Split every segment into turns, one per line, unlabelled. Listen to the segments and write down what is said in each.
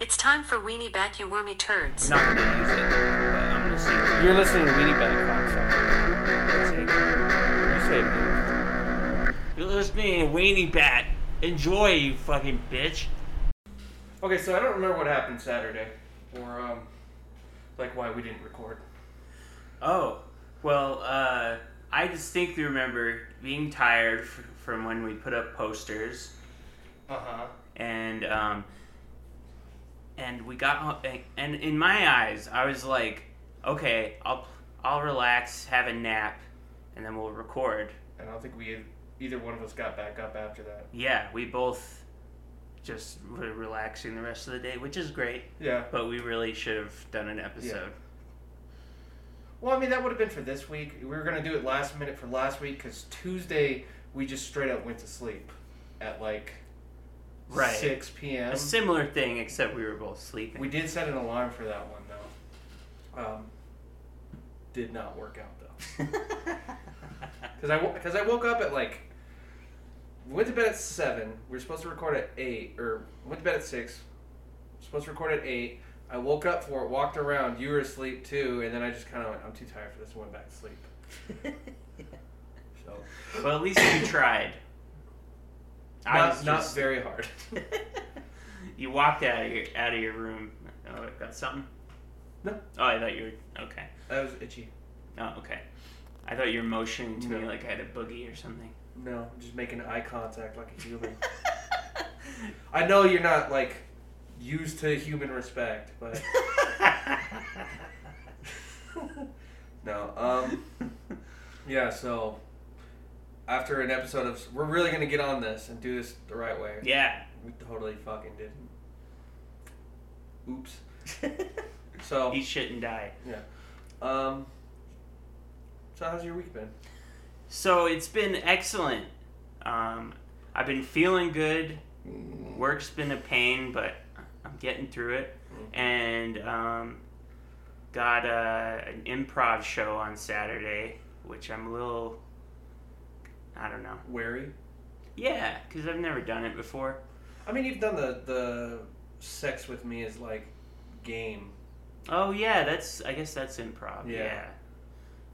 It's time for Weenie Bat You Wormy Turds.
not gonna use it, but I'm gonna see. what
You're listening to Weenie Bag Cocksucker.
it's like.
You say it.
You're listening to Weenie Bat. Enjoy, you fucking bitch.
Okay, so I don't remember what happened Saturday, or um, like why we didn't record.
Oh, well, uh, I distinctly remember being tired f- from when we put up posters,
Uh huh.
and um, and we got ho- and- and in my eyes, I was like, okay, I'll I'll relax, have a nap, and then we'll record.
I don't think we e-, either one of us got back up after that.
Yeah, we both just were relaxing the rest of the day, which is great,
Yeah.
but we really should have done an episode.
Well, I mean that would have been for this week. We were gonna do it last minute for last week because Tuesday we just straight up went to sleep at like
Right.
six p.m.
A similar thing, except we were both sleeping.
We did set an alarm for that one though. Um, did not work out though. Because I because I woke up at like went to bed at seven. We were supposed to record at eight, or went to bed at six. Supposed to record at eight. I woke up for it, walked around. You were asleep too, and then I just kind of went, I'm too tired for this, and went back to sleep. So
well, at least you tried.
not,
was
not
just-
very hard.
you walked out of your out of your room. Oh, got something?
No.
Oh, I thought you were okay.
I was itchy.
Oh, okay. I thought you were motioning to me
No.
like I had a boogie or something.
No, just making eye contact like a human. I know you're not like used to human respect, but no. Um. Yeah, so after an episode of we're really gonna get on this and do this the right way.
yeah.
We totally fucking didn't. Oops. So
Eat shit and die.
um So how's your week been?
So it's been excellent. Um, I've been feeling good. Work's been a pain, but I'm getting through it. And um, got uh an improv show on Saturday, which I'm a little. I don't know.
Wary?
Yeah, because I've never done it before.
I mean you've done the the sex with me is like game.
Oh yeah, that's. I guess that's improv.
Yeah.
Yeah.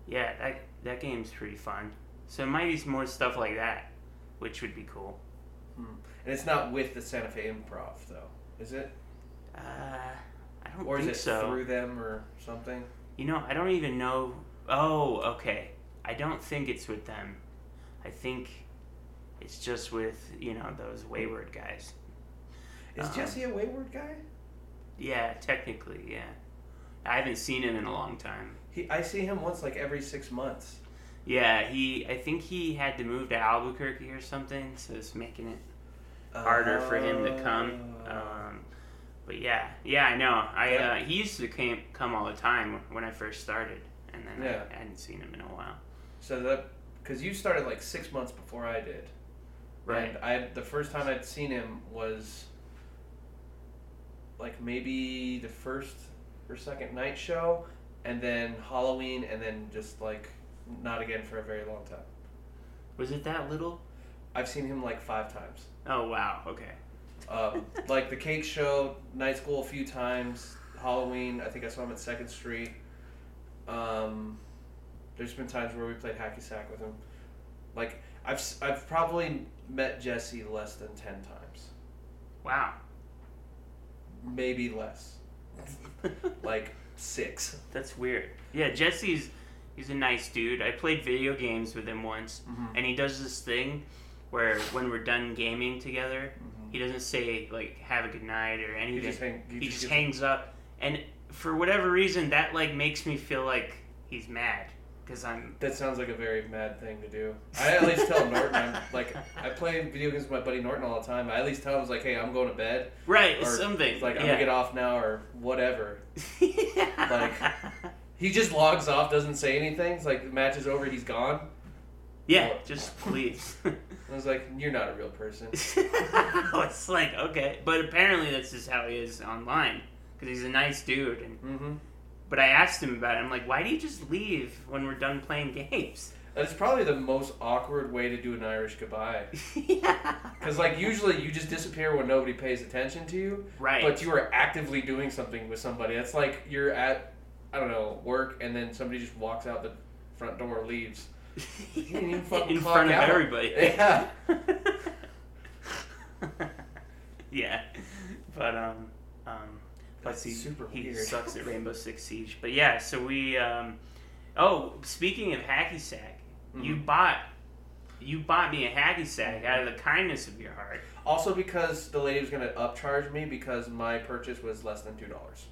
Yeah, that that game's pretty fun. So it might be some more stuff like that, which would be cool.
And it's not with the Santa Fe improv though, is it?
Uh, I don't
Or is
think
it
so.
through them or something?
You know, I don't even know. Oh, okay. I don't think it's with them. I think it's just with you know those wayward guys.
Is
Um,
Jesse a wayward guy?
Yeah, technically, yeah. I haven't seen him in a long time.
He I see him once like every six months.
Yeah, he. I think he had to move to Albuquerque or something, so it's making it harder for him to come.
Oh.
Um, but yeah, yeah, I know. I uh, he used to came, come all the time when I first started, and then
Yeah.
I, I hadn't seen him in a while.
So that because you started like six months before I did,
Right.
and I the first time I'd seen him was like maybe the first or second night show, and then Halloween, and then just like not again for a very long time.
Was it that little?
I've seen him like five times.
Oh wow. Okay.
Um, like the cake show, night school a few times, Halloween. I think I saw him at Second Street. Um, there's been times where we played hacky sack with him. Like I've s- I've probably met Jesse less than ten times,
Wow.
maybe less, like six.
That's weird. Yeah, Jesse's he's a nice dude. I played video games with him once,
Mhm.
and he does this thing where when we're done gaming together, he doesn't say like "Have a good night" or anything.
He just hang.
Mm-hmm. he just
gives-
hangs up and for whatever reason that like makes me feel like he's mad because i'm
That sounds like a very mad thing to do. I at least tell Norton. I'm, like I play video games with my buddy Norton all the time. I at least tell him like, hey, I'm going to bed.
right
Or
it's something
It's like I'm
yeah.
gonna get off now or whatever.
yeah.
He just logs off, doesn't say anything. It's like the match is over, he's gone.
yeah just please
I was like, you're not a real person.
it's like okay but apparently that's just how he is online because he's a nice dude and
Mm-hmm.
but i asked him about it i'm like why do you just leave when we're done playing games
That is probably the most awkward way to do an Irish goodbye.
yeah.
Because like usually you just disappear when nobody pays attention to you,
Right.
but you are actively doing something with somebody. That's like you're at I don't know work, and then somebody just walks out the front door, leaves. You didn't even fucking
in
clock
front of
out.
everybody.
Yeah.
yeah, but um, um, let's
That's
see.
super
he
weird.
sucks at Rainbow Six Siege, but yeah. So we um, oh, speaking of hacky sack, you
Mm-hmm.
bought you bought me a hacky sack out of the kindness of your heart.
Also because the lady was gonna upcharge me because my purchase was less than two dollars.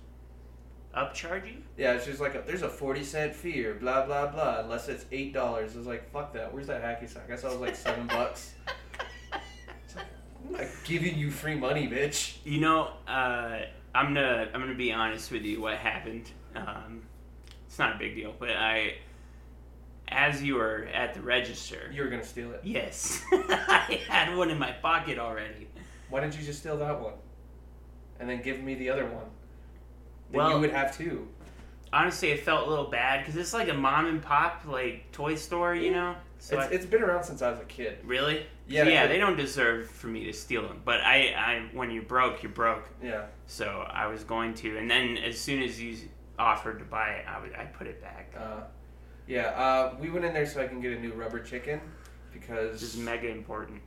Upcharge you?
Yeah, she's like, there's a forty cent fee or blah blah blah, unless it's eight dollars. I was like, fuck that. Where's that hacky sack? I saw it was like seven bucks. I'm not giving you free money, bitch.
You know, uh, I'm gonna I'm gonna be honest with you. What happened? Um, it's not a big deal, but I, as you were at the register,
You were gonna steal it.
yes, I had one in my pocket already.
Why didn't you just steal that one, and then give me the other one? Then you
Well-
would have two.
Honestly, it felt a little bad because it's like a mom and pop like toy store, you know. So
Mm. it's,
I-
it's been around since I was a kid.
really,
Yeah,
yeah,
it-
they don't deserve for me to steal them. But I, I, when you're broke, you're broke.
Yeah.
So I was going to, and then as soon as you offered to buy it, I, would, I put it back.
Uh, yeah. Uh, we went in there so I can get a new rubber chicken because
This is mega important.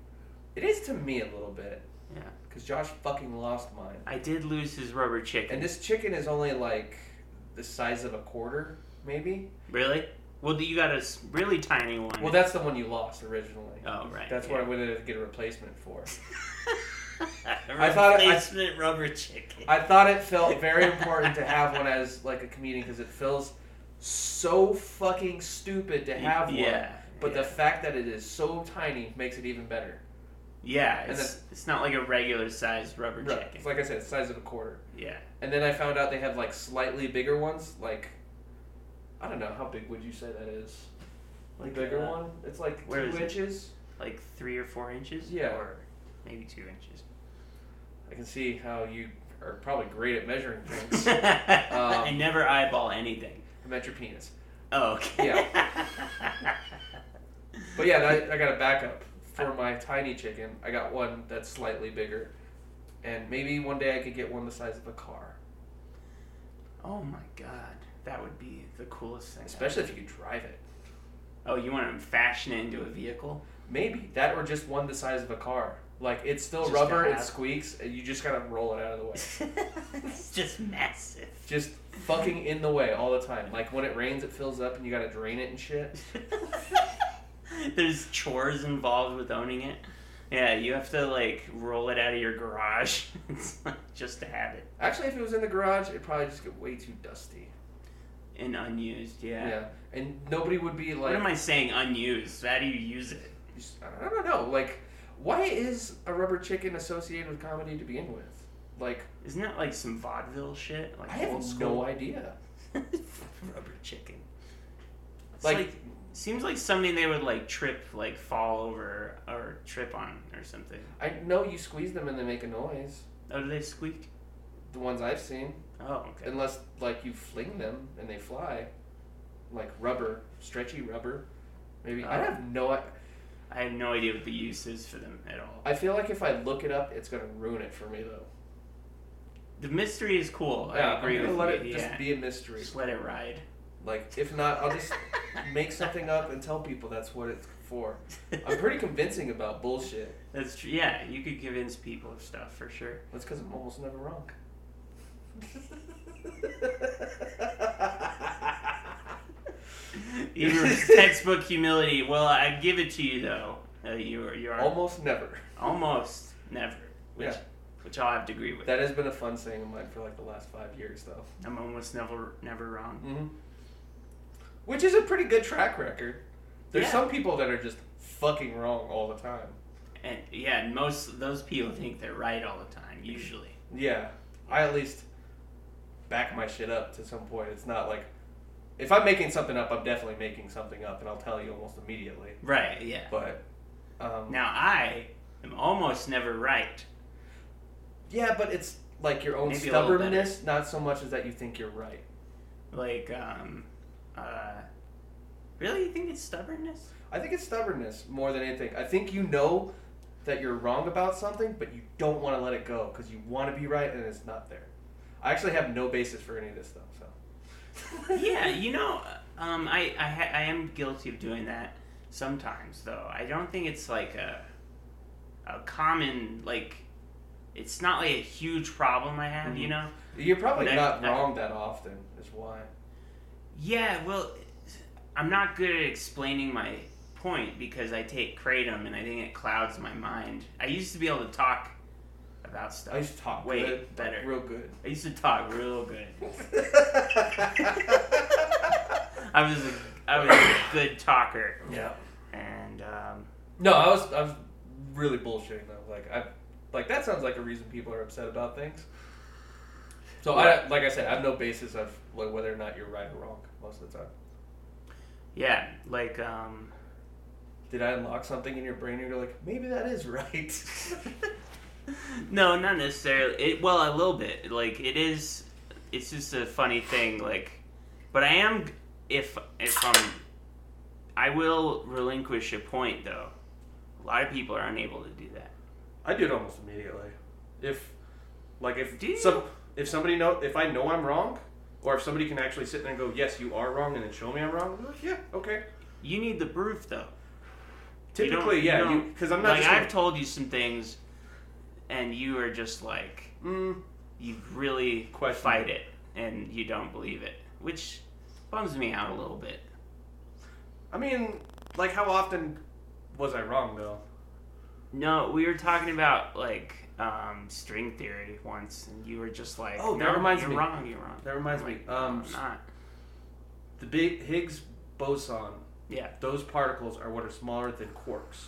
It is to me a little bit.
Yeah.
Because Josh fucking lost mine.
I did lose his rubber chicken.
And this chicken is only like the size of a quarter, maybe?
really? Well, you got a s- really tiny one.
Well, that's the one you lost originally.
oh right.
That's
yeah.
what I went in to get a replacement for.
I
I thought it- I-
replacement Uh, rubber chicken.
I thought it felt very important to have one as like a comedian because it feels so fucking stupid to have one.
yeah,
But
yeah.
the fact that it is so tiny makes it even better.
yeah,
and
it's, it's not like a regular sized rubber
Right.
chicken.
It's like I said, the size of a quarter.
yeah.
And then I found out they have like slightly bigger ones, like I don't know how big would you say that is? Like
Like,
bigger
uh,
one? It's like
where
two
is it?
inches.
Like three or four inches.
Yeah.
Or maybe two inches.
I can see how you are probably great at measuring things.
I
Um,
never eyeball anything.
I meant your penis.
Oh, okay.
But yeah, I, I got a backup for my tiny chicken. I got one that's slightly bigger, and maybe one day I could get one the size of a car,
oh my god, that would be the coolest thing. ever.
especially if you could drive it.
Oh, you want to fashion it into a vehicle?
Maybe that or just one the size of a car. Like it's still
Just to
rubber, it
have.
squeaks, and you just gotta roll it out of the way.
it's just massive.
just fucking in the way all the time. Like when it rains, it fills up and you gotta drain it and shit.
There's chores involved with owning it. Yeah, you have to like roll it out of your garage It's like, just to have it
Actually, if it was in the garage, it'd probably just get way too dusty.
and unused. Yeah.
And nobody would be like,
What am I saying? Unused. How do you use it?
just- I don't know. Like, why is a rubber chicken associated with comedy to begin with? Like,
Isn't that like some vaudeville shit? Like
I have
old
no
school
idea.
rubber chicken. It's
Like-
like, seems like something they would like trip, like fall over or trip on or something.
I know you squeeze them and they make a noise.
Oh, do they squeak?
The ones I've seen,
Oh, okay.
unless like you fling them and they fly, like rubber, stretchy rubber. Maybe I
Oh.
have no. i-
I have no idea what the use is for them at all.
I feel like if I look it up, it's gonna ruin it for me though.
The mystery is cool. I agree
am gonna
with
let
you.
it
yeah.
just be a mystery.
Just let it ride.
Like, if not, I'll just make something up and tell people that's what it's for. I'm pretty convincing about bullshit.
That's true. Yeah, you could convince people of stuff for sure.
That's because I'm almost never wrong.
Even with textbook humility. Well, I give it to you though. Uh, you are you are
almost never.
almost never, which
Yeah.
which I'll have to agree with.
That has been a fun saying of mine for like the last five years, though.
I'm almost never never wrong.
Mm-hmm. Which is a pretty good track record. There's
Yeah.
some people that are just fucking wrong all the time.
And yeah, and most of those people think they're right all the
Mm.
time. Usually,
Yeah, I at least back my shit up to some point. It's not like if I'm making something up, I'm definitely making something up, and I'll tell you almost immediately.
right? Yeah.
But um,
Now I am almost never right.
yeah, but it's like your own
Maybe a little better.
stubbornness, not so much as that you think you're right.
Like um, uh, Really? You think it's stubbornness?
I think it's stubbornness more than anything. I think you know that you're wrong about something, but you don't want to let it go because you want to be right and it's not there. I actually have no basis for any of this though. So.
yeah, you know, um, I I, ha- I am guilty of doing that sometimes, though. I don't think it's like a a common like. It's not like a huge problem I have, you
Mhm.
know.
You're probably
But I-
not
I-
wrong that often. Is why.
Yeah, well, I'm not good at explaining my point because I take kratom and I think it clouds my mind. I used to be able to talk about stuff.
I used to talk
Way
good, like,
better.
real good.
I used to talk real good. I was a, I was a good talker,
yeah.
and um,
No, I was I was really bullshitting though. Like I, like that sounds like a reason people are upset about things. So I like I said, I have no basis of like whether or not you're right or wrong most of the time.
yeah, like um,
Did I unlock something in your brain? and You're like, maybe that is right.
no, not necessarily. It, well, a little bit. Like it is. It's just a funny thing. Like, but I am if if I'm, I will relinquish a point though. A lot of people are unable to do that.
I do it almost immediately. If like if
Do you?
some if somebody know if I know I'm wrong, or if somebody can actually sit there and go, yes, you are wrong, and then show me I'm wrong. I'm like, yeah, okay.
You need the proof though. You don't-
Typically,
you
yeah,
don't-
because I'm not
like
just
I've
gonna,
told you some things, and you are just like
mm,
you really
Question
fight it and you don't believe it, which bums me out a little bit.
I mean, like how often was I wrong though?
No, we were talking about like um, string theory once, and you were just like,
Oh, that
"No,
reminds
you're
me.
wrong. You're wrong."
That reminds
I'm
me.
like, "No,
Um,
I'm not.
the big Higgs boson.
Yeah.
Those particles are what are smaller than quarks,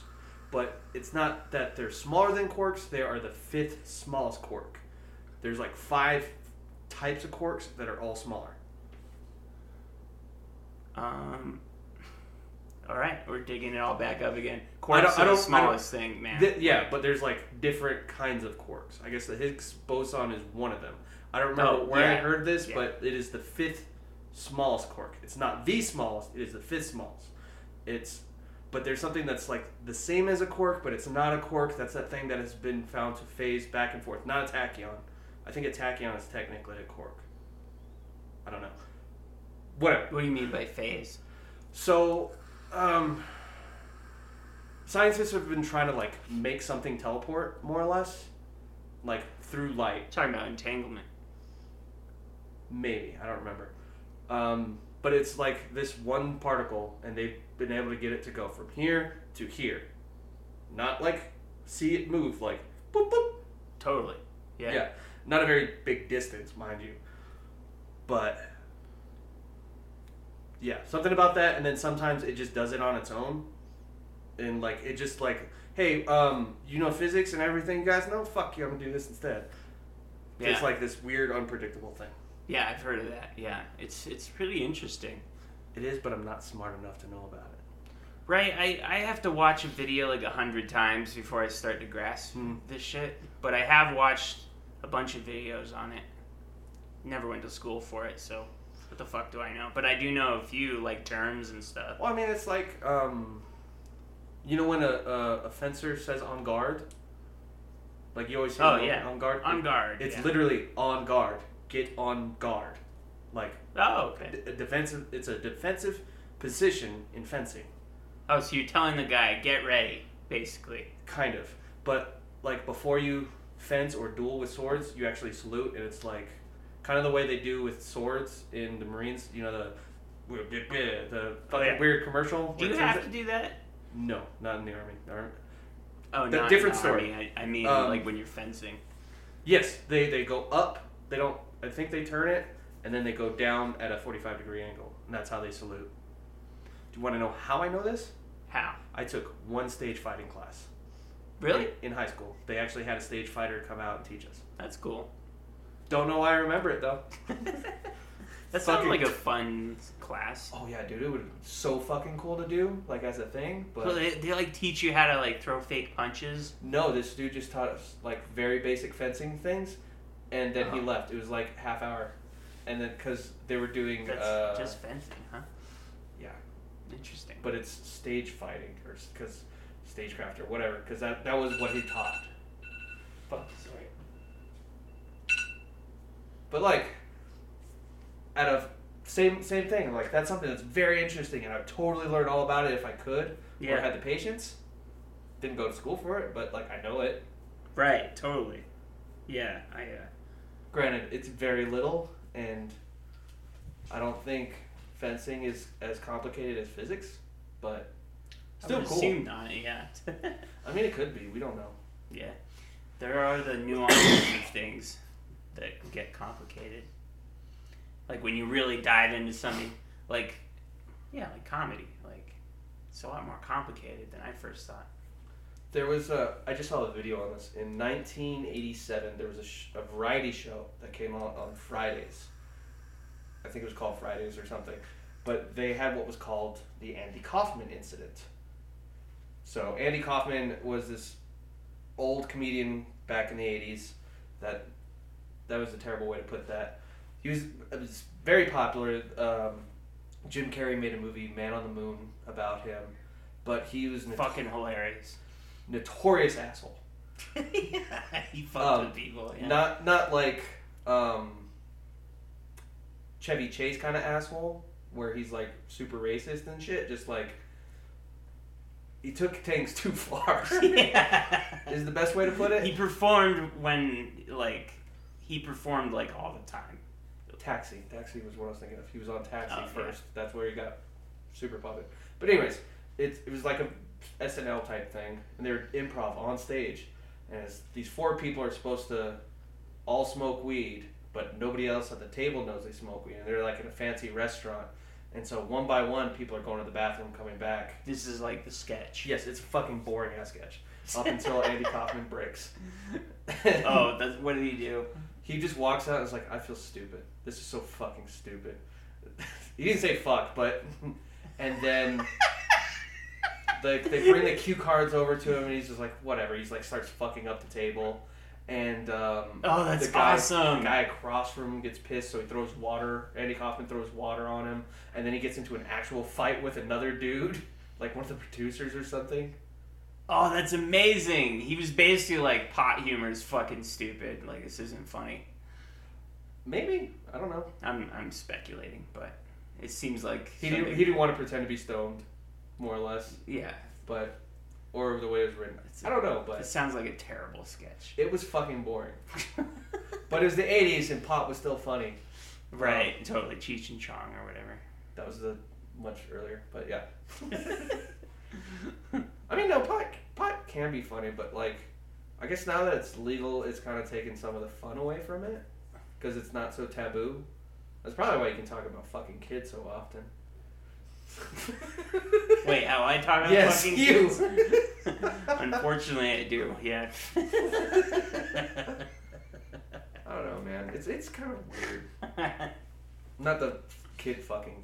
but it's not that they're smaller than quarks. They are the fifth smallest quark. There's like five types of quarks that are all smaller.
Um, all right, we're digging it all back up again.
I don't-
Quarks
I
are
don't- I
the
don't-
smallest thing, man.
Th- yeah, but there's like different kinds of quarks. I guess the Higgs boson is one of them. I don't remember
Oh,
where I
yeah,
heard this,
yeah.
but it is the fifth smallest quark. It's not the smallest. It is the fifth smallest. It's but there's something that's like the same as a quark, but it's not a quark. That's that thing that has been found to phase back and forth, not a tachyon. I think a tachyon is technically a quark. I don't know. Whatever.
what do you mean by phase?
So, um, scientists have been trying to like make something teleport, more or less, like through light.
Talking about entanglement.
Maybe I don't remember. Um, but it's like this one particle, and they've been able to get it to go from here to here, not like see it move like boop boop
Totally. Yeah.
yeah. Not a very big distance, mind you. But yeah, something about that and then sometimes it just does it on its own. And like it just like, hey, um, you know physics and everything, you guys know? Fuck you, I'm gonna do this instead.
Yeah.
It's like this weird unpredictable thing.
yeah, I've heard of that. Yeah, it's it's pretty interesting.
It is, but I'm not smart enough to know about it.
Right, I, I have to watch a video like a hundred times before I start to grasp
Hmm.
this shit. But I have watched a bunch of videos on it. Never went to school for it, so what the fuck do I know? But I do know a few like terms and stuff.
Well, I mean it's like, um you know when a, a, a fencer says on guard? Like you always hear
Oh,
the
yeah.
on guard.
On guard.
It's
yeah.
literally on guard. Get on guard. Like
Oh, okay.
d- a defensive. It's a defensive position in fencing,
Oh, so you're telling the guy get ready, basically.
kind of. But like before you fence or duel with swords, you actually salute, and it's like kind of the way they do with swords in the Marines. You know the the fucking
Oh, yeah.
weird commercial.
Do you
where it
have
turns
to
it-
do that?
No, not in the army. The army-
Oh,
The
no,
different
no,
story.
I mean, I, I mean
Um,
like when you're fencing.
Yes, they they go up. They don't. I think they turn it, and then they go down at a forty-five degree angle, and that's how they salute. Do you want to know how I know this?
How?
I took one stage fighting class.
Really?
In high school. They actually had a stage fighter come out and teach us.
That's cool.
Don't know why I remember it though.
that sounds
Fucking-
like a fun class.
Oh yeah, dude, it would be so fucking cool to do, like as a thing, but
So they, they like teach you how to like throw fake punches.
no, this dude just taught us like very basic fencing things and then he
Oh.
left. It was like half hour. And then cuz they were doing
That's
uh
just fencing, huh?
yeah.
Interesting.
but it's stage fighting or because stagecraft or whatever because that, that was what he taught but,
Sorry.
but like out of same same thing like that's something that's very interesting and i've totally learned all about it if i could or
Yeah.
had the patience didn't go to school for it but like i know it
Right. Totally. Yeah. I. Uh,
granted it's very little and i don't think fencing is as complicated as physics but
I
still
would
cool
assume not. Yeah.
i mean it could be we don't know
yeah. There are the nuances of things that can get complicated. Like when you really dive into something, like yeah, like comedy. Like it's a lot more complicated than I first thought.
There was a. I just saw a video on this. In 1987, there was a, sh- a variety show that came out on Fridays. I think it was called Fridays or something. But they had what was called the Andy Kaufman incident. So, Andy Kaufman was this old comedian back in the 80s. That that was a terrible way to put that. He was, it was very popular. Um, Jim Carrey made a movie, Man on the Moon, about him. But he was notor-
Fucking hilarious.
notorious asshole.
he fucked
Um,
with people. Yeah.
Not not like um, Chevy Chase kind of asshole, where he's like super racist and shit. Just like he took things too far.
yeah.
is the best way to put
He
it.
performed when like he performed like all the time.
Taxi, Taxi was what I was thinking of. He was on Taxi
Oh, yeah.
first. That's where he got super popular. But anyways, it it was like a SNL type thing, and they were improv on stage, and it's, these four people are supposed to all smoke weed, but nobody else at the table knows they smoke weed, and they're like in a fancy restaurant, and so one by one, people are going to the bathroom, coming back.
This is like the sketch.
Yes, it's a fucking boring ass sketch. Up until Andy Kaufman breaks.
Oh, that's what did he do?
He just walks out and is like, I feel stupid. This is so fucking stupid. he didn't say fuck, but. And then they, they bring the cue cards over to him and he's just like, whatever. He's like, starts fucking up the table. And um,
Oh, that's
the guy,
awesome.
The guy across from him gets pissed, so he throws water. Andy Kaufman throws water on him. And then he gets into an actual fight with another dude, like one of the producers or something.
Oh, that's amazing. He was basically like pot humor is fucking stupid. Like this isn't funny.
Maybe. I don't know.
I'm I'm speculating, but it seems like
He, didn't,
something-
he didn't want to pretend to be stoned, more or less.
yeah.
but or the way it was written.
It's-
I don't know,
It
but
sounds like a terrible sketch.
it was fucking boring. But it was the '80s and pop was still funny.
right, totally Cheech and Chong or whatever.
That was the much earlier, but yeah. I mean, no pot pot can be funny, but like, I guess now that it's legal, it's kind of taken some of the fun away from it because it's not so taboo. That's probably why you can talk about fucking kids so often.
Wait, how I talk about
Yes,
fucking
you.
kids? Unfortunately, I do. Yeah.
I don't know, man. It's it's kind of weird. Not the kid fucking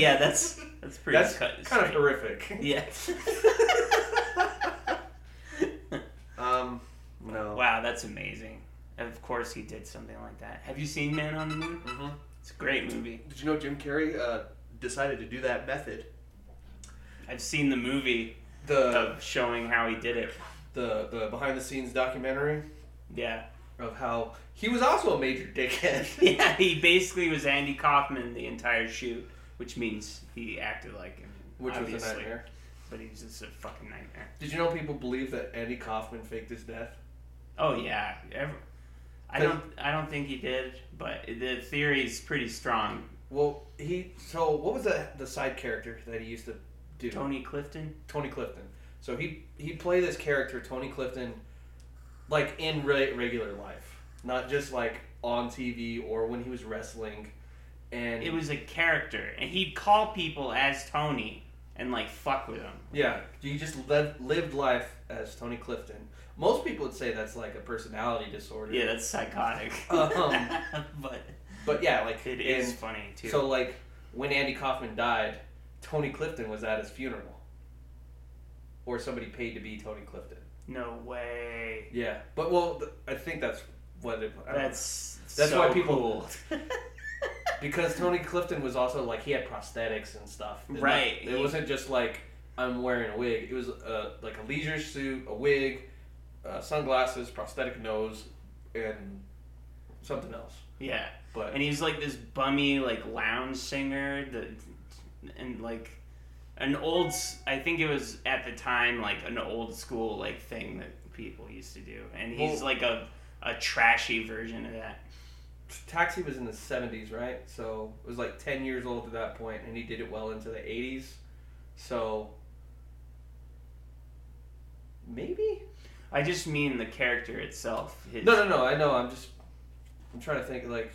yeah, that's that's pretty
That's
cut.
kind
and
of horrific.
straight. yeah.
Um, no.
Wow, that's amazing. Of course he did something like that. Have you seen Man on the Moon?
Mm-hmm.
Mhm.
It's a great movie.
Did you know Jim Carrey uh, decided to do that method?
I've seen the movie
The
of showing how he did it.
the the behind the scenes documentary
Yeah.
of how he was also a major dickhead.
Yeah, he basically was Andy Kaufman the entire shoot, which means he acted like him.
Which was a
obviously.
nightmare.
But he's just a fucking nightmare.
Did you know people believe that Andy Kaufman faked his death?
Oh yeah. Ever- I
Cause-
don't I don't think he did, but the theory's pretty strong.
Well, he. So what was the the side character that he used to do?
Tony Clifton?
Tony Clifton. So he he played this character Tony Clifton, like in re- regular life, not just like on TV or when he was wrestling. And
It was a character, and he'd call people as Tony and like fuck with them.
Yeah, you just lev- lived life as Tony Clifton. Most people would say that's like a personality disorder.
Yeah, that's psychotic.
Um,
but
But yeah, like
it is
and
funny too.
So like when Andy Kaufman died, Tony Clifton was at his funeral. Or somebody paid to be Tony Clifton.
no way.
Yeah, but well, th- I think that's what it. I don't know.
That's
That's
so
why people-
cool.
because Tony Clifton was also like he had prosthetics and stuff. It-
Right.
It wasn't just like I'm wearing a wig. It was uh, like a leisure suit, a wig, uh, sunglasses, prosthetic nose, and something else.
yeah.
But
And he's like this bummy like lounge singer that, and like an old. s- I think it was at the time like an old school like thing that people used to do, and he's
Well-
like a a trashy version of that.
Taxi was in the 70s, right? So it was like 10 years old at that point, and he did it well into the 80s. So maybe?
I just mean the character itself. His,
No, no, no. I know. I'm just I'm trying to think like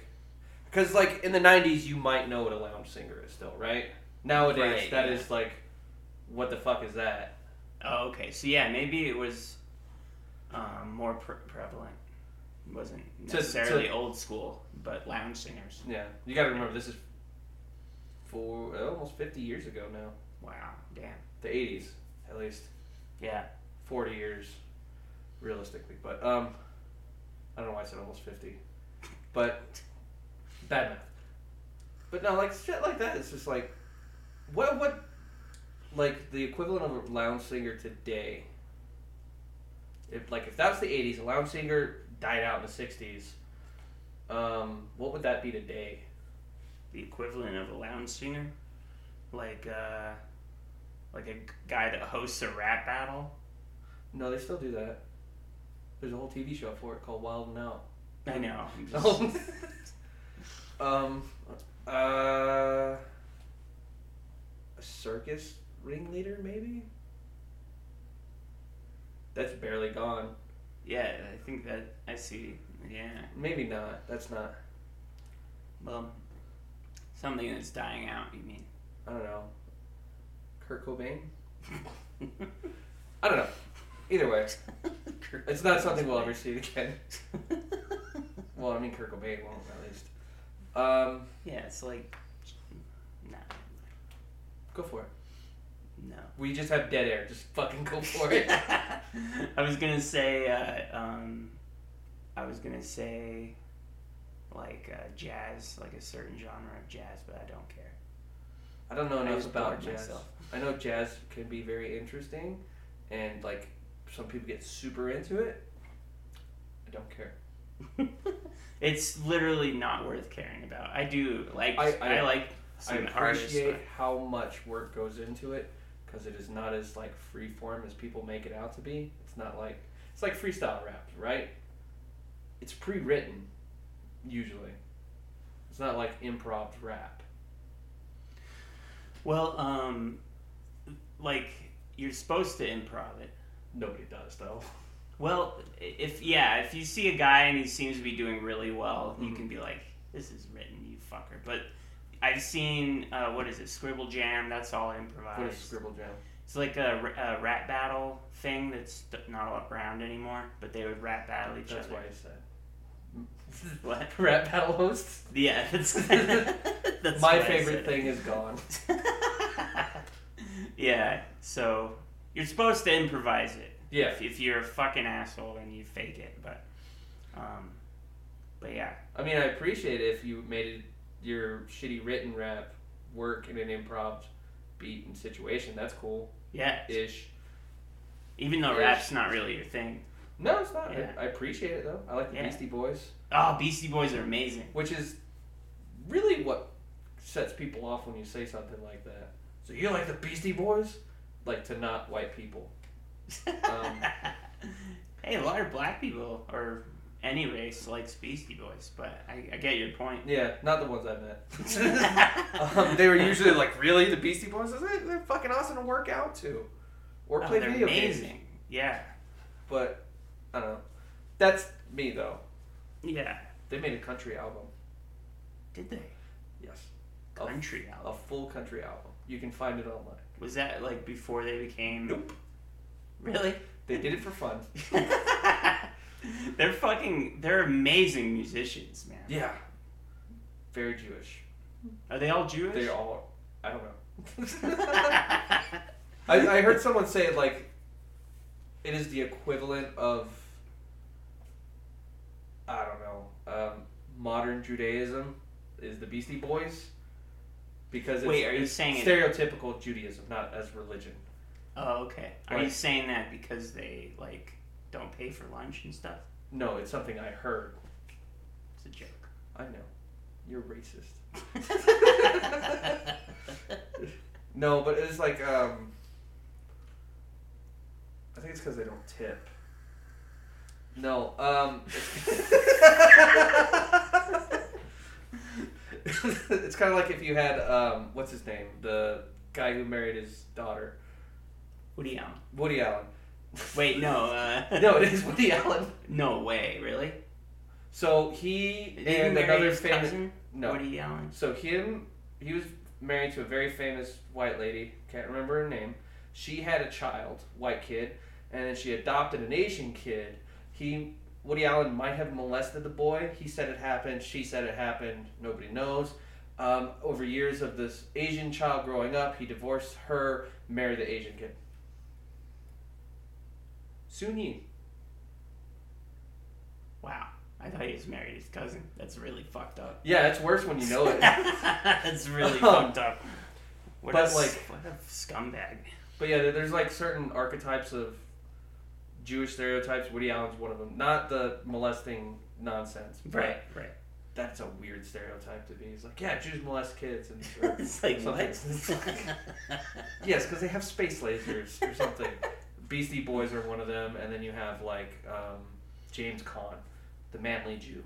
because like in the 90s, you might know what a lounge singer is still, right? Nowadays,
Right,
that
yeah.
is like what the fuck is that?
Oh, okay. So yeah, maybe it was um, more pre- prevalent. It wasn't
To-
necessarily old school, but lounge singers.
Yeah, you got to remember this is for almost 50 years ago now.
Wow. Damn.
The 80s, at least.
Yeah.
40 years realistically but um i don't know why i said almost 50 but bad math but no like shit like that it's just like what what like the equivalent of a lounge singer today if like if that's the 80s a lounge singer died out in the 60s um what would that be today
The equivalent of a lounge singer, like uh, like a g- guy that hosts a rap battle.
no they still do that there's a whole tv show for it called wild and out
I know. I'm just-
um, uh, a circus ringleader, maybe. That's barely gone.
yeah, I think that I see. Yeah.
Maybe not. That's not.
Well, something that's dying out. You mean?
I don't know. Kurt Cobain. I don't know. Either way, it's not something we'll ever see again. Well, I mean, Kurt Cobain won't at least. Um,
yeah, it's like no,
go for it.
no.
We just have dead air. Just fucking go for it.
I was gonna say, uh, um, I was gonna say, like uh, jazz, like a certain genre of jazz, but I don't care.
I don't know
I
enough
just
about
bored
jazz.
myself.
I know jazz can be very interesting, and like some people get super into it. I don't care.
it's literally not worth caring about. I do like. I,
I- I-
like
I
some artists.
appreciate how much work goes into it because it is not as like free form as people make it out to be. It's not like it's like freestyle rap, right? It's pre-written usually. It's not like improv rap.
but- Well, um, like you're supposed to improv it.
Nobody does though.
Well, if yeah, if you see a guy and he seems to be doing really well, you
Mhm.
can be like, "This is written, you fucker." But I've seen uh, what is it, Scribble Jam? That's all improvised.
What is scribble jam?
It's like a, ra- a rap battle thing that's th- not around anymore, but they would rap battle each
That's
other.
why I said.
What?
Rap battle hosts.
Yeah, that's, that's
My
why I
favorite
said
thing
it.
is gone.
yeah, so you're supposed to improvise it.
Yeah,
If, if you're a fucking asshole, then you fake it. But, um, but yeah,
I mean, I appreciate it if you made it your shitty written rap work in an improv beat and situation. That's cool
yeah.
ish.
Even though
Ish.
rap's not really your thing.
No, it's not. I-
Yeah.
I, appreciate it though. I like the
Yeah.
Beastie Boys,
Oh, Beastie Boys are amazing.
which is really what sets people off when you say something like that. So you like the Beastie Boys? Like to not white people. Um,
hey, a lot of black people or any race likes Beastie Boys, but I, I get your point.
Yeah, not the ones I met.
um,
Um, they were usually like, really? The Beastie Boys? Is it? They're fucking awesome to work out to.
or
oh,
play
they're
video games.
amazing. Yeah,
But I don't know. That's me though.
yeah.
They made a country album.
Did they
Yes. A-
country
A,
album?
full country album. You can find it online.
Was that like before they became?
Nope.
Really?
They did it for fun.
they're fucking. They're amazing musicians, man.
Yeah. Very Jewish.
Are they all Jewish?
They all. I don't know. I, I heard someone say like, it is the equivalent of. I don't know. Um, modern Judaism is the Beastie Boys because it's,
Wait, are you
it's
saying it-
stereotypical Judaism, not as religion.
Oh, okay. Are you
Right.
saying that because they like don't pay for lunch and stuff?
No, it's something I heard.
It's a joke.
I know. You're racist. No, but it's like um I think it's because they don't tip. No, um It's kind of like if you had um what's his name? The guy who married his daughter,
Woody Allen.
Woody Allen.
um, Wait, no. Uh,
No, it is Woody Allen.
No way, really?
So he
Did
and
he marry
another
his
famous
cousin,
No.
Woody Allen?
So him, he was married to a very famous white lady. Can't remember her name. She had a child, white kid, and then she adopted an Asian kid. He, Woody Allen, might have molested the boy. He said it happened. She said it happened. Nobody knows. Um, over years of this Asian child growing up, he divorced her, married the Asian kid. Soon Yi.
Wow. I thought he was married to his cousin. That's really fucked up.
Yeah, it's worse when you know it.
That's really fucked up. What
But,
a,
like-
like, what a scumbag.
But yeah, there- there's like certain archetypes of Jewish stereotypes. Woody Allen's one of them. Not the molesting nonsense. but
Right, right.
That's a weird stereotype to be. He's like, yeah, Jews molest kids and. Or,
it's like
something.
what?
yes, because they have space lasers or something. Beastie Boys are one of them, and then you have like um, James Caan, the manly Jew.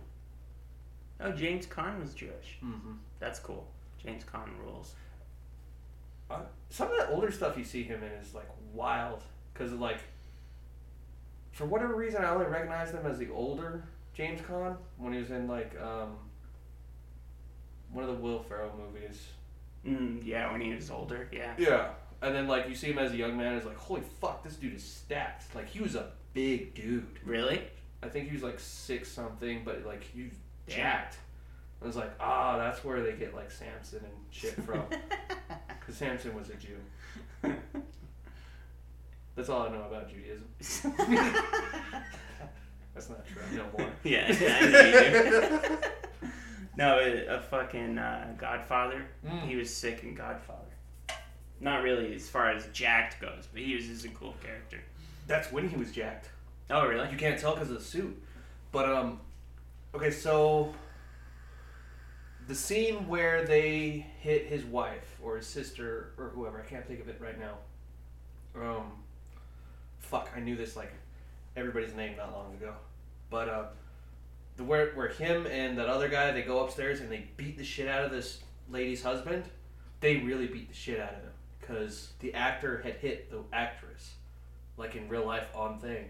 oh, James Caan was Jewish.
Mm-hmm.
That's cool. James Caan rules.
Uh, some of the older stuff you see him in is like wild because like for whatever reason i only recognize him as the older james Caan when he was in like um one of the will ferrell movies
Mm, yeah, when he was older. Yeah.
yeah and then like you see him as a young man it's like holy fuck this dude is stacked like he was a big dude
Really?
i think he was like six something but like he was
Damn.
jacked i was like ah that's where they get like samson and shit from because samson was a jew that's all i know about judaism That's not true. No more.
yeah, yeah, I know you do. No, a, a fucking uh, Godfather.
Mm.
He was sick in Godfather. Not really as far as jacked goes, but he was just a cool character.
That's when he was jacked.
Oh, really?
You can't tell because of the suit. But um, okay, so the scene where they hit his wife or his sister or whoever I can't think of it right now. Um, fuck, I knew this like everybody's name not long ago, but uh, the where where him and that other guy they go upstairs and they beat the shit out of this lady's husband. They really beat the shit out of him because the actor had hit the actress, like in real life on thing,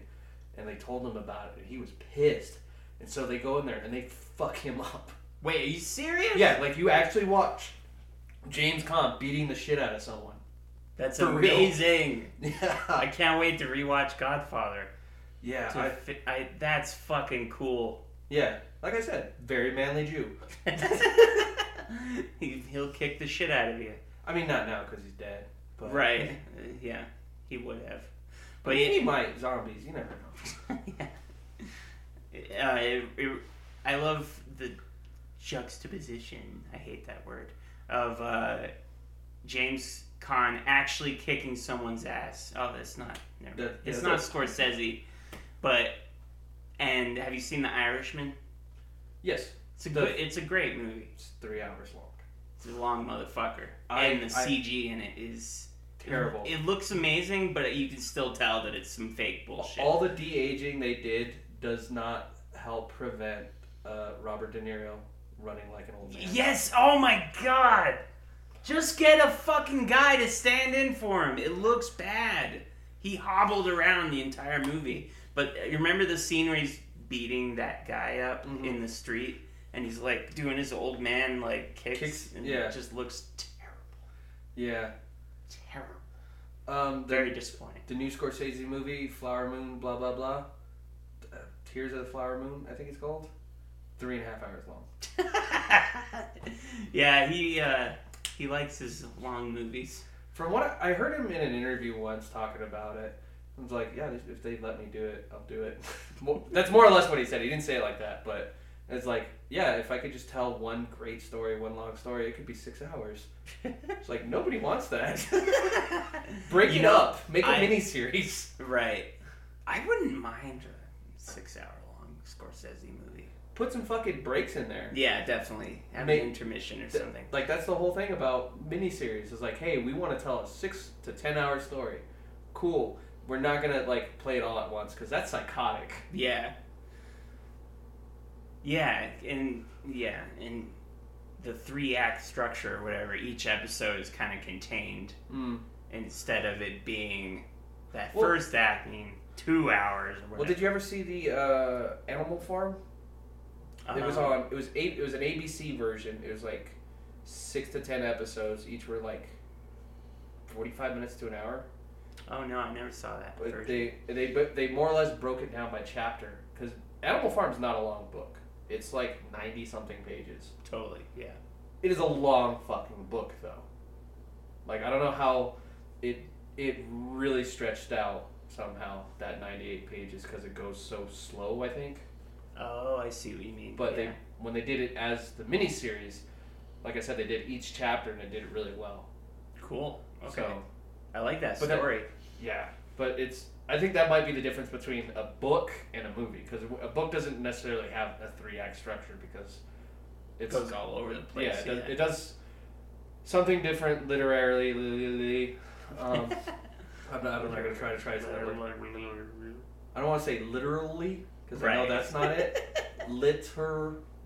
and they told him about it and he was pissed. And so they go in there and they fuck him up.
Wait, are you serious?
Yeah, like you actually watch James Caan beating the shit out of someone.
That's
For real.
amazing. I
Yeah,
can't wait to rewatch Godfather.
yeah,
To
I,
fi- I- that's fucking cool.
yeah. Like I said, very manly Jew.
he, he'll kick the shit out of you.
I mean, not now because he's dead. But
Right. Uh, Yeah, he would have.
But
But
he,
it,
might zombies. You never know.
yeah. Uh, it, it- I love the juxtaposition. I hate that word of uh, James Caan actually kicking someone's ass. Oh, that's not. Never,
That-
it's
yeah,
not
that-
Scorsese, but and have you seen The Irishman?
Yes,
It's a
The-
good, it's a great movie.
it's three hours long.
It's a long motherfucker,
I-
and the
I-
CG in it is
Terrible.
It, looks amazing, but you can still tell that it's some fake bullshit.
All the de aging they did does not help prevent uh, Robert De Niro running like an old man.
Yes, oh my god. Just get a fucking guy to stand in for him. It looks bad. He hobbled around the entire movie. But uh, you remember the scene where he's beating that guy up
Mhm.
in the street and he's like doing his old man like kicks,
Kicks,
and
yeah.
it just looks terrible.
Yeah.
Terrible.
Um, the,
Very disappointing.
the new Scorsese movie, Flower Moon, blah blah blah. Uh, Tears of the Flower Moon, I think it's called. Three and a half hours long.
yeah, he uh he likes his long movies.
From what I, I heard him in an interview once talking about it, I was like, yeah, if they let me do it, I'll do it. Mo- That's more or less what he said. He didn't say it like that, but And it's like, yeah, if I could just tell one great story, one long story, it could be six hours. It's like nobody wants that. Break
You
it
know,
up. Make a
I-
mini series.
Right. I wouldn't mind a six hour long Scorsese movie.
Put some fucking breaks in there.
Yeah, definitely. Have
Make-
an intermission or
Th-
something.
Like that's the whole thing about miniseries is like, hey, we want to tell a six to ten hour story. Cool. We're not gonna like play it all at once because that's psychotic.
Yeah. Yeah, and yeah, and the three act structure or whatever, each episode is kind of contained
Mm.
instead of it being that
Well-
first act being two hours or whatever.
Well, did you ever see the uh, Animal Farm? It was
Um,
on. It was eight. It was an ABC version. It was like six to ten episodes. Each were like forty five minutes to an hour.
Oh no, I never saw that
But
version.
they they but they more or less broke it down by chapter because Animal Farm's not a long book. It's like ninety something pages.
Totally, yeah.
It is a long fucking book though. Like I don't know how it it really stretched out somehow that 98 pages because it goes so slow I think.
Oh, I see what you mean.
But
yeah.
they when they did it as the miniseries, like I said, they did each chapter and they did it really well.
cool. Okay,
So
I like that
But that-
story.
yeah, but it's I think that might be the difference between a book and a movie because a book doesn't necessarily have a three act structure because
It
it's
goes all over the place.
yeah, it, Does, it does something different literarily. li- li- li- Um, I'm not, I'm not gonna try to try to. I don't want to say literally because I know
Right.
that's not it.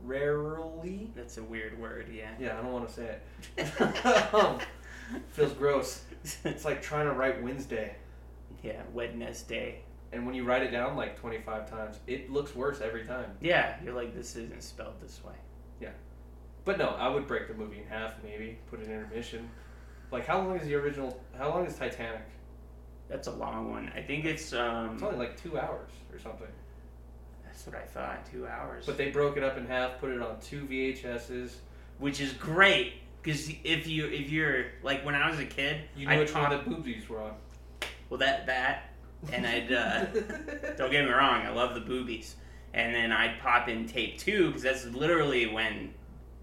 Literarily.
That's a weird word. Yeah.
Yeah, I don't want to say it. Um, Feels gross. It's like trying to write Wednesday,
yeah, Wednesday.
and when you write it down like 25 times, it looks worse every time.
Yeah, you're like this isn't spelled this way.
But no, I would break the movie in half, maybe put an intermission. Like, how long is the original? How long is Titanic?
That's a long one. I think it's um.
It's only like two hours or something.
That's what I thought. Two hours.
But they broke it up in half, put it on two VHSs.
which is great because if you if you're like when I was a kid,
You
I
knew which one
taught-
the boobies were on.
well that that and I'd uh, don't get me wrong, I love the boobies, and then I'd pop in tape two because that's literally when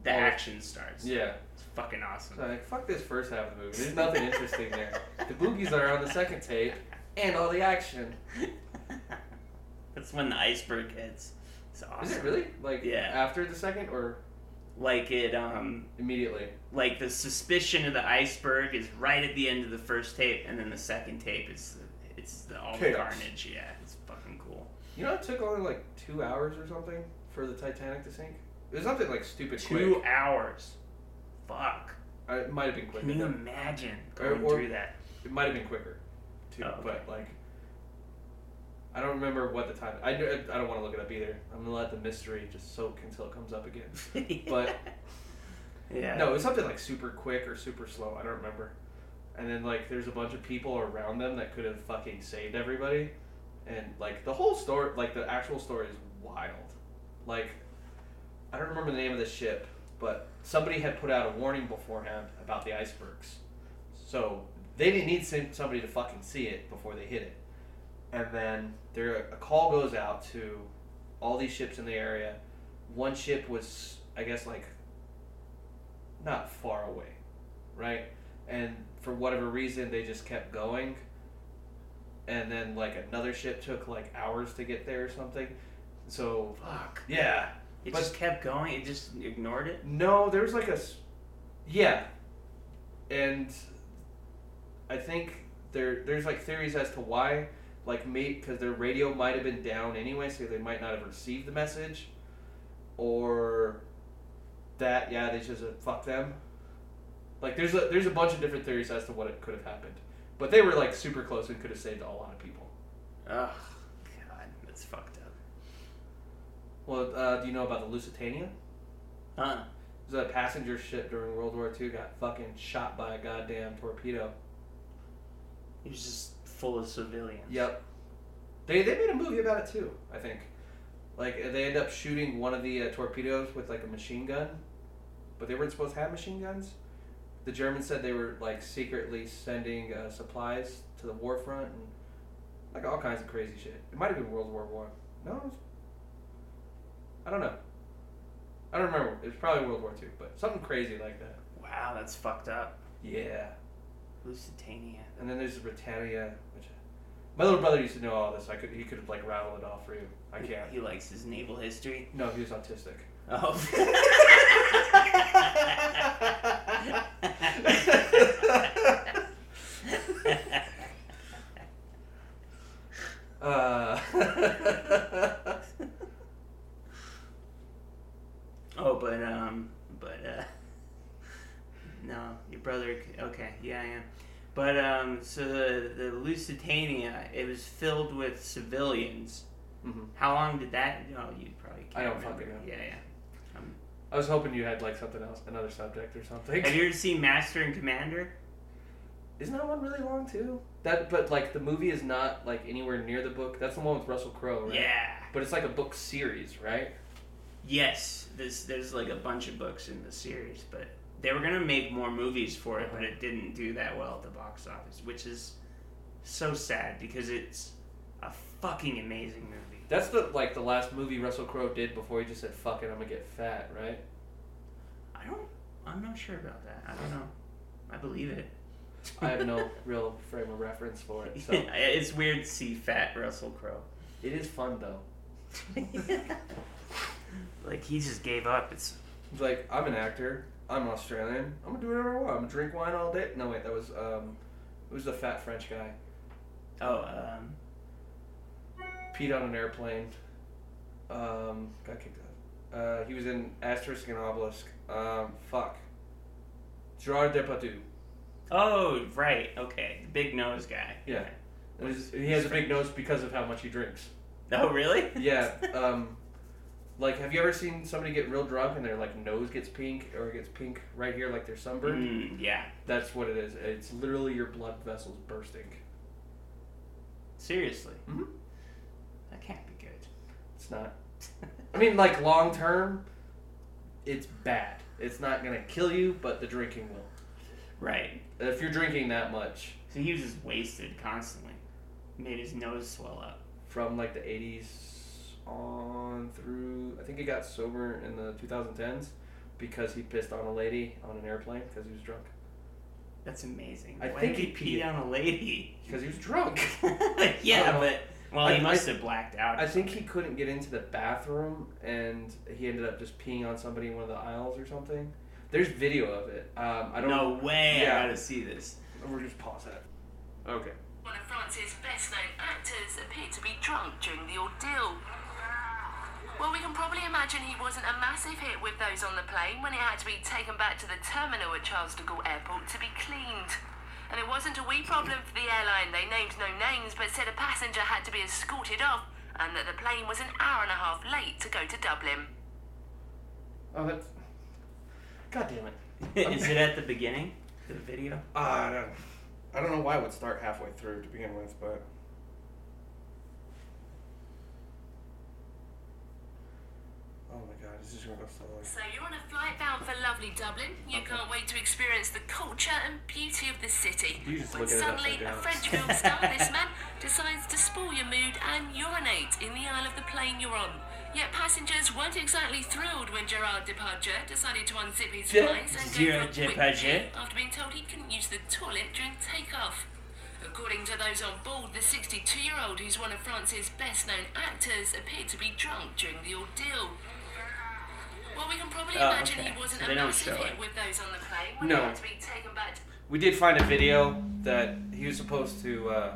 the
Oh.
action starts.
yeah.
It's fucking awesome.
So I'm like, fuck this first half of the movie. There's nothing interesting there. The boobies are on the second tape, and all the action.
That's when the iceberg hits. It's awesome.
Is it really? Like,
Yeah.
after the second or
Like it um
immediately?
like the suspicion of the iceberg is right at the end of the first tape, and then the second tape is it's the all the
Chaos.
carnage. Yeah, it's fucking cool.
You know, it took only like two hours or something for the Titanic to sink? It was something like stupid
Two
quick.
hours. Fuck.
Uh, It might have been quicker.
Can you imagine
Or-
going
or-
through that?
It might have been quicker, too.
Oh, okay.
But like, I don't remember what the time. I, do- I don't want to look it up either. I'm gonna let the mystery just soak until it comes up again. But-
yeah,
No, it was something like super quick or super slow. I don't remember. And then like, there's a bunch of people around them that could have fucking saved everybody, and like the whole story, like the actual story is wild. Like, I don't remember the name of the ship, but somebody had put out a warning beforehand about the icebergs. So they didn't need some- somebody to fucking see it before they hit it. And then there a call goes out to all these ships in the area. One ship was, I guess, like not far away, right? And for whatever reason, they just kept going. And then like another ship took like hours to get there or something. So
fuck.
yeah,
It
But-
just kept going. It just ignored it.
no, there was like a, s- yeah, and I think there there's like theories as to why, like maybe because their radio might have been down anyway, so they might not have received the message, or that yeah they just uh, fuck them. Like there's a there's a bunch of different theories as to what it could have happened, but they were like super close and could have saved a lot of people.
Ugh, God, that's fucked up.
Well, uh, do you know about the Lusitania?
Huh?
It was a passenger ship during World War II got fucking shot by a goddamn torpedo.
It was just full of civilians.
Yep. They, they made a movie about it too, I think. Like, uh, they end up shooting one of the uh, torpedoes with, like, a machine gun, but they weren't supposed to have machine guns. The Germans said they were, like, secretly sending uh, supplies to the war front and, like, all kinds of crazy shit. It might have been World War One. No? it was- I don't know. I don't remember. It's probably World War II, but something crazy like that.
Wow, that's fucked up.
Yeah.
Lusitania.
And then there's the Britannia, which my little brother used to know all this. I could he could have like rattle it off for you. I can't.
He likes his naval history.
No, he was autistic.
Oh.
Uh,
oh, but um, but uh, no, your brother. c- Okay, yeah, I am. But um, so the the Lusitania, it was filled with civilians.
Mhm.
How long did that? Oh, you probably. Can't
I don't
remember.
fucking know.
Yeah, yeah.
I was hoping you had like something else, another subject or something.
Have you ever seen Master and Commander?
Isn't that one really long too? That, but like the movie is not like anywhere near the book. That's the one with Russell Crowe, right?
Yeah.
But it's like a book series, right?
Yes, there's there's like a bunch of books in the series, but they were gonna make more movies for it, but it didn't do that well at the box office, which is so sad because it's a fucking amazing movie.
That's the like the last movie Russell Crowe did before he just said "fuck it, I'm gonna get fat," right?
I don't, I'm not sure about that. I don't know. I believe it.
I have no real frame of reference for it, so
it's weird to see fat Russell Crowe.
it is fun though.
like he just gave up. It's
It's like I'm an actor. I'm Australian. I'm gonna do whatever I want. I'm gonna drink wine all day. No wait, that was um, it was the fat French guy
oh um
peed on an airplane. Um, got kicked out. Uh, he was in Asterisk and Obelisk. Um, fuck. Gerard Depardieu.
oh right okay the big nose guy.
Yeah. And he's- he has a big nose because of how much he drinks.
Oh really?
Yeah. Um, like, have you ever seen somebody get real drunk and their like nose gets pink or it gets pink right here, like they're sunburned?
Mm, yeah.
That's what it is. It's literally your blood vessels bursting.
Seriously.
Mhm.
That can't be good.
It's not. I mean, like long term, it's bad. It's not gonna kill you, but the drinking will.
right.
If you're drinking that much
So he was just wasted constantly. Made his nose swell up.
from like the 80s on through, I think he got sober in the 2010s because he pissed on a lady on an airplane because he was drunk.
That's amazing.
I
Why
think
did
he
pee
peed.
on a lady.
Because he was drunk. I
yeah,
don't
but well,
I-
he must have blacked out.
I think he couldn't get into the bathroom and he ended up just peeing on somebody in one of the aisles or something. There's video of it. Um, I don't
no way.
Yeah.
I gotta see this.
We're just pause that. Okay.
One of France's best known actors appeared to be drunk during the ordeal. Well, we can probably imagine he wasn't a massive hit with those on the plane when it had to be taken back to the terminal at Charles de Gaulle Airport to be cleaned. And it wasn't a wee problem for the airline. They named no names, but said a passenger had to be escorted off and that the plane was an hour and a half late to go to Dublin.
Oh, that's. God damn it.
Is it at the beginning? The video?
Uh, I don't. I don't know why it would start halfway through to begin with, but oh my god, this is going to go slowly.
So you're on a flight bound for lovely Dublin. You can't wait to experience the culture and beauty of the city.
You just
when
look at it
suddenly
upside down.
a French film star, this man, decides to spoil your mood and urinate in the aisle of the plane you're on. Yet passengers weren't exactly thrilled when Gerard Depardieu decided to unzip his
Yeah.
flies and
Gerard
go for a quick
Depardieu.
pee after being told he couldn't use the toilet during takeoff. According to those on board, the 62-year-old, who's one of France's best-known actors, appeared to be drunk during the ordeal. Well, we can probably
Oh,
imagine
okay.
he wasn't
So
a
they don't
massive
show
hit
it.
with those on the plane when
No.
he had to be taken back to
We did find a video that he was supposed to uh,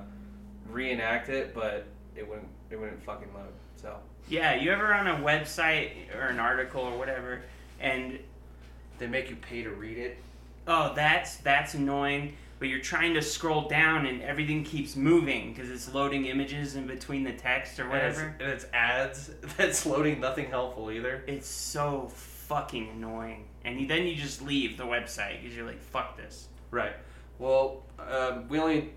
reenact it, but it wouldn't. It wouldn't fucking load. So
Yeah. You ever on a website or an article or whatever, and
They make you pay to read it.
oh that's that's annoying but you're trying to scroll down and everything keeps moving because it's loading images in between the text or
And it's,
whatever
and it's ads that's loading nothing helpful either.
it's so fucking annoying and you, then you just leave the website because you're like fuck this
Right. Well, um, we only.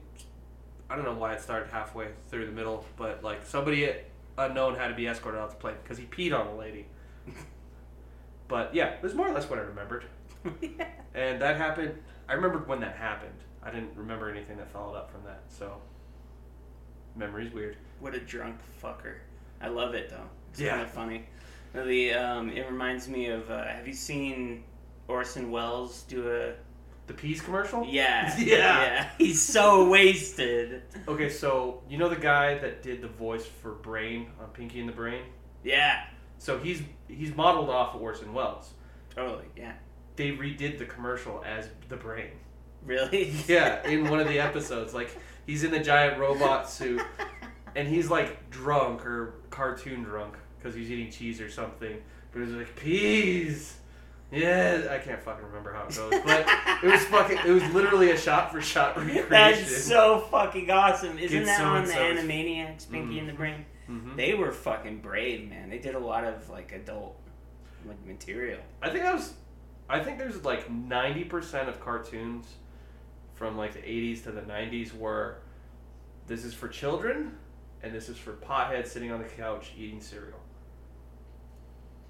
I don't know why it started halfway through the middle, but like somebody unknown had to be escorted off the plane because he peed on a lady. but yeah, it was more or less what I remembered, and that happened. I remembered when that happened. I didn't remember anything that followed up from that. So, memory's weird.
what a drunk fucker i love it though it's
Yeah.
kind of funny The um, it reminds me of. Uh, have you seen Orson Welles do a?
The peas commercial?
Yeah,
Yeah.
He's so wasted.
Okay, so you know the guy that did the voice for Brain on Pinky and the Brain?
Yeah,
So he's he's modeled off of Orson Welles.
totally. Yeah,
They redid the commercial as the Brain.
really.
Yeah, in one of the episodes, like he's in the giant robot suit and he's like drunk or cartoon drunk because he's eating cheese or something. But he's like peas. Yeah, I can't fucking remember how it goes, but it was fucking. It was literally a shot for shot recreation.
That's so fucking awesome. Isn't
Get
that
so
on
and
the
so's.
Animaniacs, Pinky
Mhm.
and the Brain?
Mhm.
They were fucking brave, man. They did a lot of like adult like material.
I think I was. I think there's like ninety percent of cartoons from like the '80s to the '90s where this is for children and this is for potheads sitting on the couch eating cereal.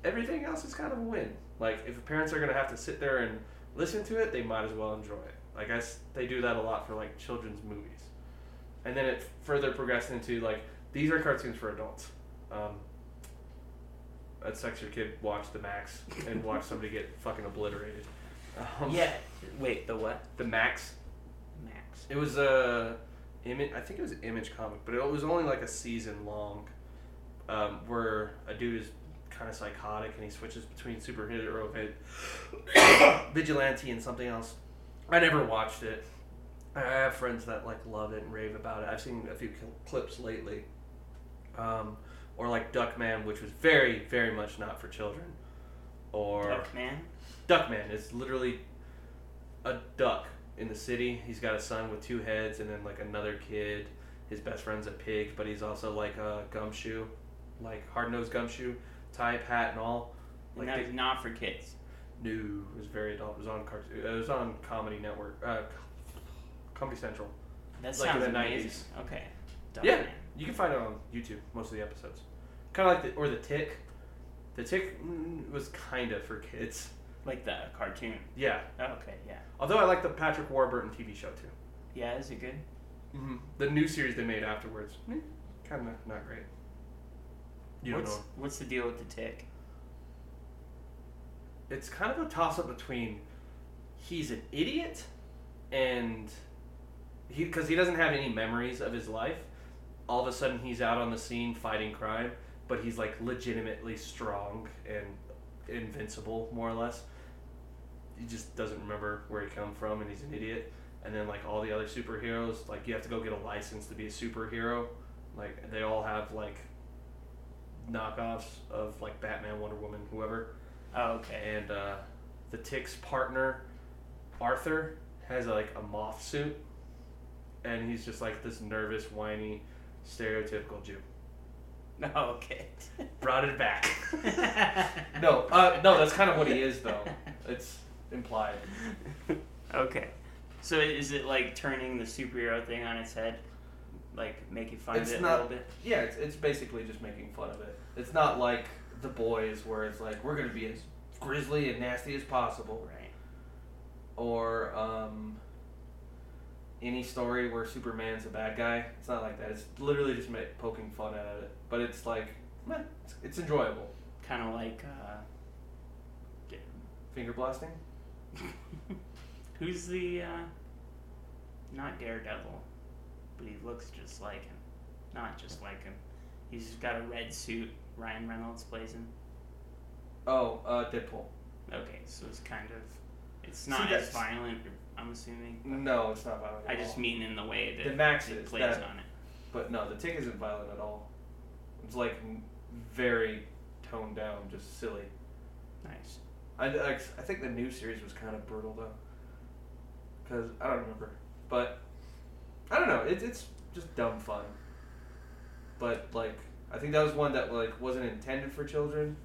Everything else is kind of a win. Like if parents are gonna have to sit there and listen to it, they might as well enjoy it. Like I, s- they do that a lot for like children's movies, and then it further progressed into like these are cartoons for adults. Um, I'd sex your kid watch the Max and watch somebody get fucking obliterated. Um,
Yeah. Wait, the what?
the Max.
Max.
It was a image. I think it was an image comic, but it was only like a season long, um, where a dude is kind of psychotic and he switches between superhero and vigilante and something else. I never watched it. I I have friends that like love it and rave about it. I've seen a few cl- clips lately, um, or like Duckman, which was very, very much not for children, or
Duckman.
Duckman is literally a duck in the city. He's got a son with two heads, and then like another kid. His best friend's a pig, but he's also like a gumshoe, like hard nosed gumshoe type hat and all. Like
And that
they-
was not for kids.
no, it was very adult. It was on cartoon. It was on Comedy Network, uh, Comedy Central.
That
Like in
sounds
the
amazing.
90s.
Okay.
Yeah. You can find it on YouTube. Most of the episodes, kind of like the or the Tick. The Tick mm, was kind of for kids.
Like the cartoon. Oh,
Yeah.
Okay, yeah.
Although I like the Patrick Warburton TV show too.
Yeah, is it good?
hmm The new series they made afterwards, kind of not great. You don't
what's,
know.
What's the deal with the tick?
It's kind of a toss up between he's an idiot and he because he doesn't have any memories of his life. All of a sudden, he's out on the scene fighting crime, but he's like legitimately strong and invincible, more or less. He just doesn't remember where he come from, and he's an idiot. And then like all the other superheroes, like you have to go get a license to be a superhero. Like they all have like knockoffs of like Batman, Wonder Woman, whoever
Oh, okay.
and uh, the tick's partner arthur has like a moth suit and he's just like this nervous whiny stereotypical jew
Oh, okay.
brought it back no uh, no that's kind of what he is though it's implied
Okay. So is it like turning the superhero thing on its head? Like making fun
It's
of it
not-
a little bit?
yeah it's, it's basically just making fun of it it's not like the boys where it's like we're gonna be as grisly and nasty as possible
Right.
or um, any story where Superman's a bad guy. It's not like that. It's literally just ma- poking fun at it. But it's like, meh, it's, it's enjoyable.
Kind of like, uh,
Finger blasting?
who's the, uh, not Daredevil, but he looks just like him. Not just like him. He's got a red suit. Ryan Reynolds plays him.
Oh, uh, Deadpool.
Okay, so it's kind of, it's not
See,
as
that's-
violent. I'm assuming.
No, it's not violent. At
I just
all.
mean in the way that
The Max
it
is
plays
that-
on it.
But no, the tick isn't violent at all. It's like m- very toned down, just silly.
Nice.
I, I, I think the new series was kind of brutal though, because I don't remember. But I don't know. It, it's just dumb fun. But like, I think that was one that like wasn't intended for children,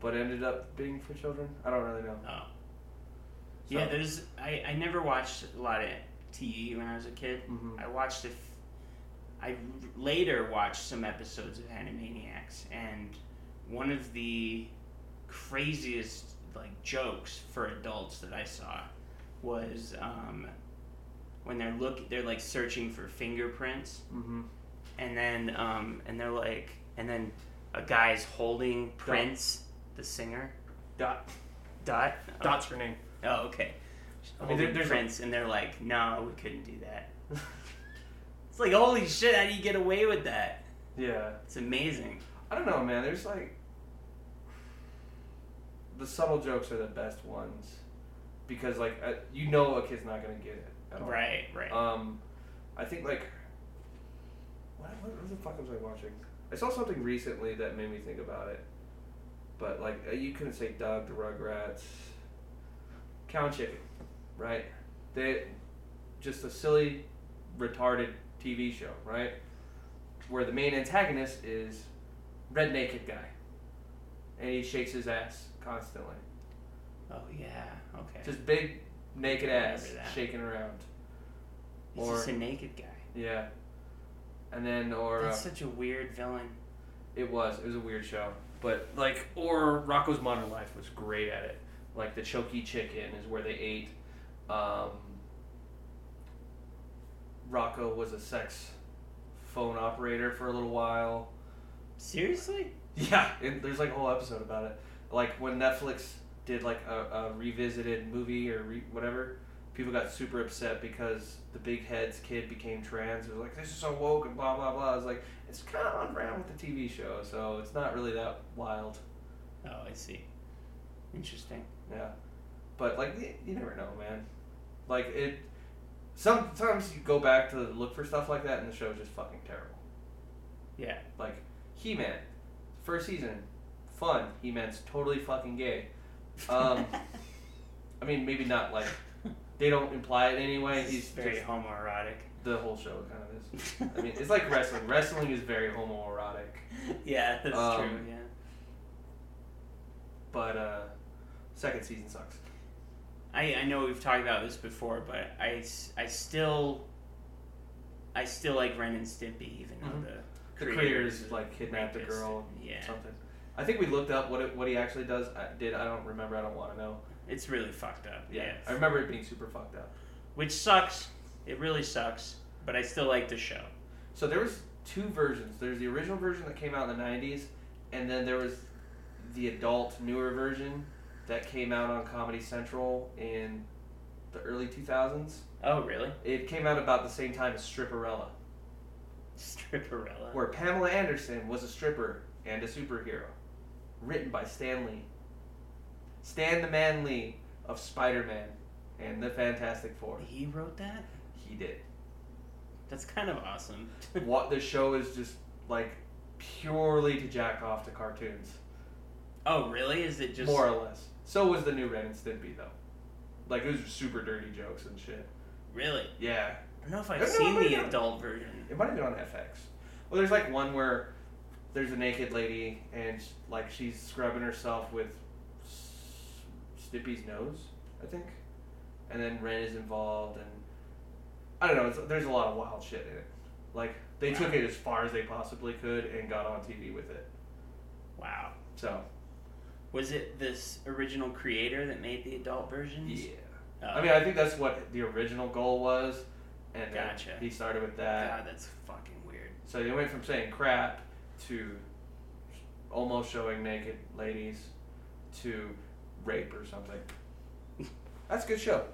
but ended up being for children. I don't really know.
Oh. Yeah,
So-
there's. I, I never watched a lot of TV when I was a kid.
Mhm.
I watched if I later watched some episodes of Animaniacs, and one of the craziest like jokes for adults that I saw was um, when they're look they're like searching for fingerprints,
Mm-hmm.
and then um, and they're like and then a guy's holding Prince, the singer.
Dot.
Dot.
Dot's her name.
Oh, oh, okay.
I mean,
holding
there- there's a-
Prince, and they're like, "No, we couldn't do that." It's like, holy shit! How do you get away with that?
yeah.
It's amazing.
I don't know, man. There's like the subtle jokes are the best ones because like uh, you know a kid's not gonna get it at all.
Right. Right.
Um, I think like what, what, what the fuck was I watching? I saw something recently that made me think about it, but like uh, you couldn't say Doug the Rugrats, Cow and Chicken, right? They just a silly, retarded TV show, right? Where the main antagonist is red naked guy, and he shakes his ass constantly,
oh yeah. Okay.
just big naked ass
Remember that.
shaking around.
He's
or-
just a naked guy.
Yeah. And then, or uh,
That's such a weird villain.
it was. It was a weird show.
But like, or Rocco's Modern Life was great at it.
Like the Choky Chicken is where they ate. Um, Rocco was a sex phone operator for a little while.
Seriously?
Yeah, and there's like a whole episode about it. Like when Netflix did like a, a revisited movie or re- whatever, people got super upset because the big heads kid became trans. It was like this is so woke and blah blah blah. It's like it's kind of on brand with the TV show, so it's not really that wild.
Oh, I see. Interesting.
Yeah, but like y- you never know, man. Like it, sometimes you go back to look for stuff like that, and the show's just fucking terrible.
Yeah.
Like He Man, first season, fun. He Man's totally fucking gay. Um, I mean, maybe not like they don't imply it anyway.
He's
He's
very
just-
homoerotic.
the whole show kind of is. I mean, it's like wrestling. Wrestling is very homoerotic.
yeah, that's true.
Um,
Yeah.
But uh, second season sucks.
I, I know we've talked about this before, but I, s- I still I still like Ren and Stimpy, even
Mhm.
though
The
the
creators like kidnapped a
rapist
girl.
and-
or
Yeah,
something. I think we looked up what it, what he actually does. I did I don't remember. I don't want to know.
it's really fucked up.
Yeah,
Yeah,
I remember it being super fucked up.
which sucks. It really sucks, but I still like the show.
So there was two versions. There's the original version that came out in the '90s, and then there was the adult newer version that came out on Comedy Central in the early 2000s.
Oh, really?
It came out about the same time as Stripperella,
Stripperella.
where Pamela Anderson was a stripper and a superhero, written by Stan Lee. Stan the Man Lee of Spider-Man and the Fantastic Four.
He wrote that.
He did.
That's kind of awesome.
what the show is just like purely to jack off to cartoons,
oh, really? Is it just
more or less. So was the new Ren and Stimpy though. Like it was super dirty jokes and shit.
really?
Yeah,
I don't know if
No,
I've
no,
seen
no,
the
no.
adult version.
it might have been on FX. Well, there's like one where there's a naked lady and like she's scrubbing herself with S- Stimpy's nose, I think, and then Ren is involved and I don't know. It's, there's a lot of wild shit in it. Like they took it as far as they possibly could and got on TV with it.
Wow.
So
Was it this original creator that made the adult versions?
yeah.
Oh,
I mean, I think that's what the original goal was, and then
Gotcha.
he started with that.
God, that's fucking weird.
So they went from saying crap to almost showing naked ladies to rape or something. That's a good show.